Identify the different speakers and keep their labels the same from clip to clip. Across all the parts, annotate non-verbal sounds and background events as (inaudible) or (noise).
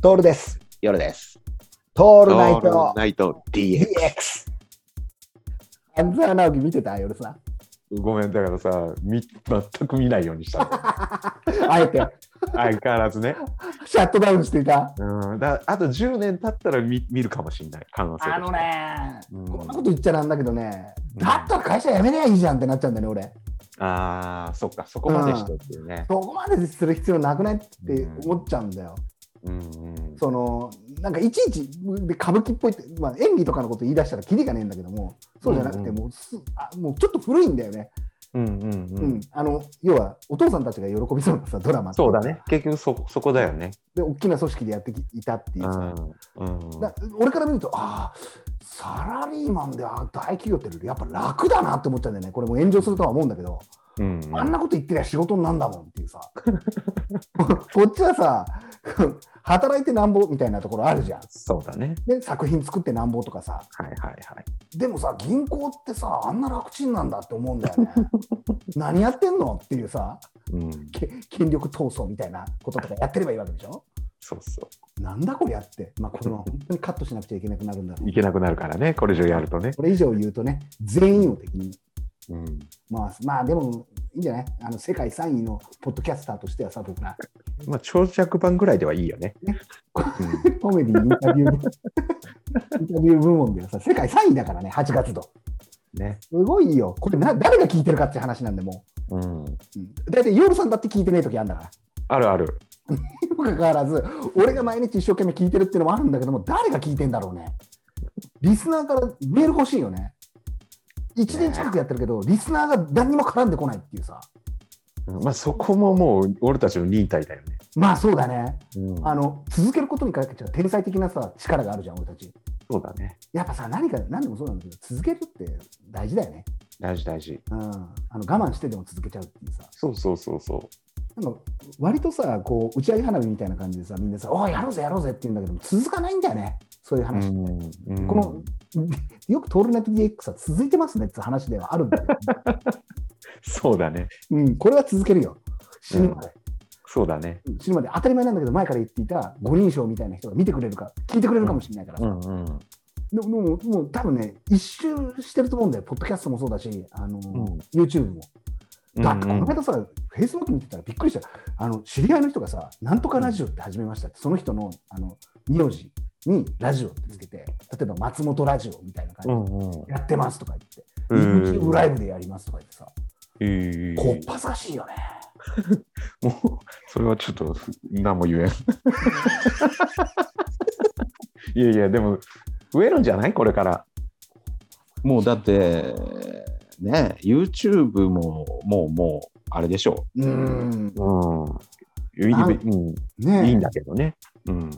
Speaker 1: トールです。
Speaker 2: 夜です。
Speaker 1: ト
Speaker 2: オ
Speaker 1: ールナイト
Speaker 2: ナイト DX。
Speaker 1: DX。半沢直樹見てた夜さ。
Speaker 2: ごめん、だからさ、み全く見ないようにした
Speaker 1: (laughs)
Speaker 2: の。
Speaker 1: あえ
Speaker 2: (laughs)
Speaker 1: て
Speaker 2: 相変わらずね。
Speaker 1: シャットダウンしていた。
Speaker 2: うん、だあと10年経ったら見見るかもしれない、可能性として
Speaker 1: あの。ね、
Speaker 2: うん
Speaker 1: こんなこと言っちゃなんだけどね、だったら会社辞めりゃいいじゃんってなっちゃうんだよね、俺。
Speaker 2: ああ、そっか、そこまでしてっていうね。
Speaker 1: そこまでする必要なくないって思っちゃうんだよ。
Speaker 2: うんうん
Speaker 1: そのなんかいちいちで歌舞伎っぽいって、まあ、演技とかのこと言い出したらキリがねえんだけどもそうじゃなく
Speaker 2: うん
Speaker 1: て
Speaker 2: うん
Speaker 1: もうす、あもうちょっと古いんだよね、
Speaker 2: うんうん
Speaker 1: う
Speaker 2: うんん。
Speaker 1: あの要はお父さんたちが喜びそうなさドラマ
Speaker 2: そうだね、結局そそこだよね。
Speaker 1: で大きな組織でやってきいたっていう
Speaker 2: う
Speaker 1: さ、
Speaker 2: んうん
Speaker 1: だ俺から見るとああサラリーマンであ大企業ってやっぱ楽だなって思っちゃうんだよねこれもう炎上するとは思うんだけど、
Speaker 2: うん
Speaker 1: あんなこと言ってりゃ仕事になんだもんって
Speaker 2: (laughs)
Speaker 1: いうさこっちはさ働いてなんぼみたいなところあるじゃん。
Speaker 2: そうだね。
Speaker 1: で作品作ってなんぼとかさ
Speaker 2: はいはいはい。
Speaker 1: でもさ銀行ってさあんな楽ちんなんだって思うんだよ
Speaker 2: (laughs)
Speaker 1: ね何やってんのっていうさ
Speaker 2: うん、
Speaker 1: け権力闘争みたいなこととかやってればいいわけでしょ
Speaker 2: そうそ
Speaker 1: なんだこれやってまあこれは本当にカットしなくちゃいけなくなるんだろ
Speaker 2: う。
Speaker 1: う
Speaker 2: いけなくなるからね、これ以上やるとね。
Speaker 1: これ以上言うとね全員を敵に
Speaker 2: うん、
Speaker 1: 回すまあでもいいんじゃないあの世界3位のポッドキャスターとしてはさ僕ら (laughs)
Speaker 2: まあ、長尺版ぐらいではいいよね。
Speaker 1: コメディインタビュー部 (laughs) インタビュー部門ではさ世界3位だからね8月度
Speaker 2: うん、ね。
Speaker 1: すごいよこれな誰が聞いてるかって話なんでも
Speaker 2: うん。
Speaker 1: う、うん、だいたい夜さんだって聞いてねえ時あるんだから
Speaker 2: あるある。
Speaker 1: にもかかわらず、俺が毎日一生懸命聞いてるっていうのもあるんだけども、誰が聞いてんだろうね。リスナーからメール欲しいよね。1年近くやってるけど、リスナーが何にも絡んでこないっていうさ。
Speaker 2: うんまあそこももう俺たちの忍耐だよね。
Speaker 1: まあそうだね。
Speaker 2: うん
Speaker 1: あの、続けることにかけては天才的なさ、力があるじゃん、俺たち。
Speaker 2: そうだね。
Speaker 1: やっぱさ、何か、何でもそうなんだけど、続けるって大事だよね。
Speaker 2: 大事大事。
Speaker 1: うん。あの、我慢してでも続けちゃうっていうさ。
Speaker 2: そうそうそうそ
Speaker 1: なんか、割とさ、こう、打ち上げ花火みたいな感じでさ、みんなさ、おい、やろうぜ、やろうぜって言うんだけども、続かないんだよね。そういう
Speaker 2: う。
Speaker 1: 話って。
Speaker 2: うん
Speaker 1: この、よくトールナイト DX は続いてますねって話ではあるんだけど、
Speaker 2: (laughs) そうだね。
Speaker 1: うん、これは続けるよ。死ぬまで、
Speaker 2: そうだね。
Speaker 1: うん死ぬまで当たり前なんだけど、前から言っていた五人称みたいな人が見てくれるか、聞いてくれるかもしれないから、
Speaker 2: うんうん。
Speaker 1: でももうもう多分ね、一周してると思うんだよ、ポッドキャストもそうだし、あのー YouTube も。だってこの間さ、Facebook 見てたらびっくりした、あの知り合いの人がさ、なんとかラジオって始めましたって、その人のあの名字にラジオってつけて、例えば松本ラジオみたいな
Speaker 2: う
Speaker 1: 感
Speaker 2: んうん。
Speaker 1: じでやってますとか言って。
Speaker 2: うんうん
Speaker 1: YouTube ライブでやりますとか言ってさ、
Speaker 2: ええ
Speaker 1: こっぱずかしいよね。
Speaker 2: もうそれはちょっと何も言えん。 (laughs) いやいやでも増えるんじゃないこれから。もうだってね YouTube ももうもうあれでしょ
Speaker 1: うーん。
Speaker 2: う。うん。いい
Speaker 1: あ
Speaker 2: うん
Speaker 1: ねえ
Speaker 2: いいんだけどね。うん。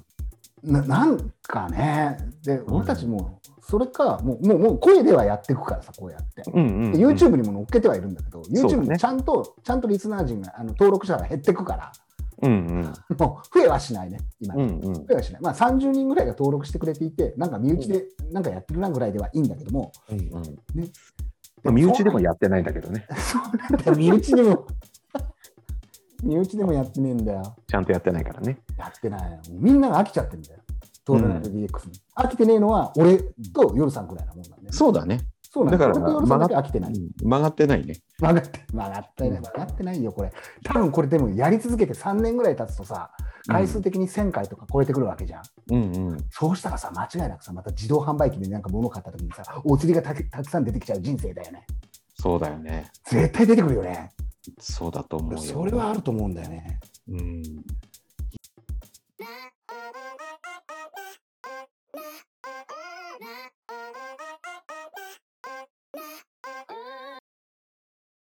Speaker 1: な。なんかね、で、俺たちも、それか、もう、もう、もう声ではやっていくからさ、こうやって。
Speaker 2: うんうん
Speaker 1: で YouTube にも乗っけてはいるんだけど、
Speaker 2: そうだ
Speaker 1: YouTube
Speaker 2: ね
Speaker 1: にちゃんと、ちゃんとリスナー陣が、あの登録者が減っていくから、
Speaker 2: うんうん
Speaker 1: もう増えはしないね、今。
Speaker 2: う
Speaker 1: 増
Speaker 2: んうん
Speaker 1: えはしない。まあ、30人ぐらいが登録してくれていて、なんか身内で、なんかやってるなぐらいではいいんだけども、 (laughs)
Speaker 2: うん
Speaker 1: ね
Speaker 2: まあ身内でもやってないんだけどね、
Speaker 1: そうなんだよ、身内でも、 (laughs) 身内でもやってねえんだよ。
Speaker 2: ちゃんとやってないからね。
Speaker 1: やってない。みんなが飽きちゃってるんだよ。トーナメント DX に、飽きてねえのは俺と夜さんくらいなもんなんで、ね。
Speaker 2: そうだね、
Speaker 1: そうなんだよ。
Speaker 2: だから
Speaker 1: 俺と夜さんだけ飽きて
Speaker 2: う
Speaker 1: ない。
Speaker 2: ん曲がってないね。
Speaker 1: 曲がって、曲がってない。曲がってないよ、これ。多分これでもやり続けて3年ぐらい経つとさ、回数的に1000回とか超えてくるわけじゃん。
Speaker 2: うんうん、
Speaker 1: そうしたらさ、間違いなくさ、また自動販売機でなんか物を買った時にさ、お釣りがたくたくさん出てきちゃう人生だよね。
Speaker 2: そうだよね、
Speaker 1: 絶対出てくるよね。
Speaker 2: そうだと思うよ。
Speaker 1: それはあると思うんだよね。
Speaker 2: うん、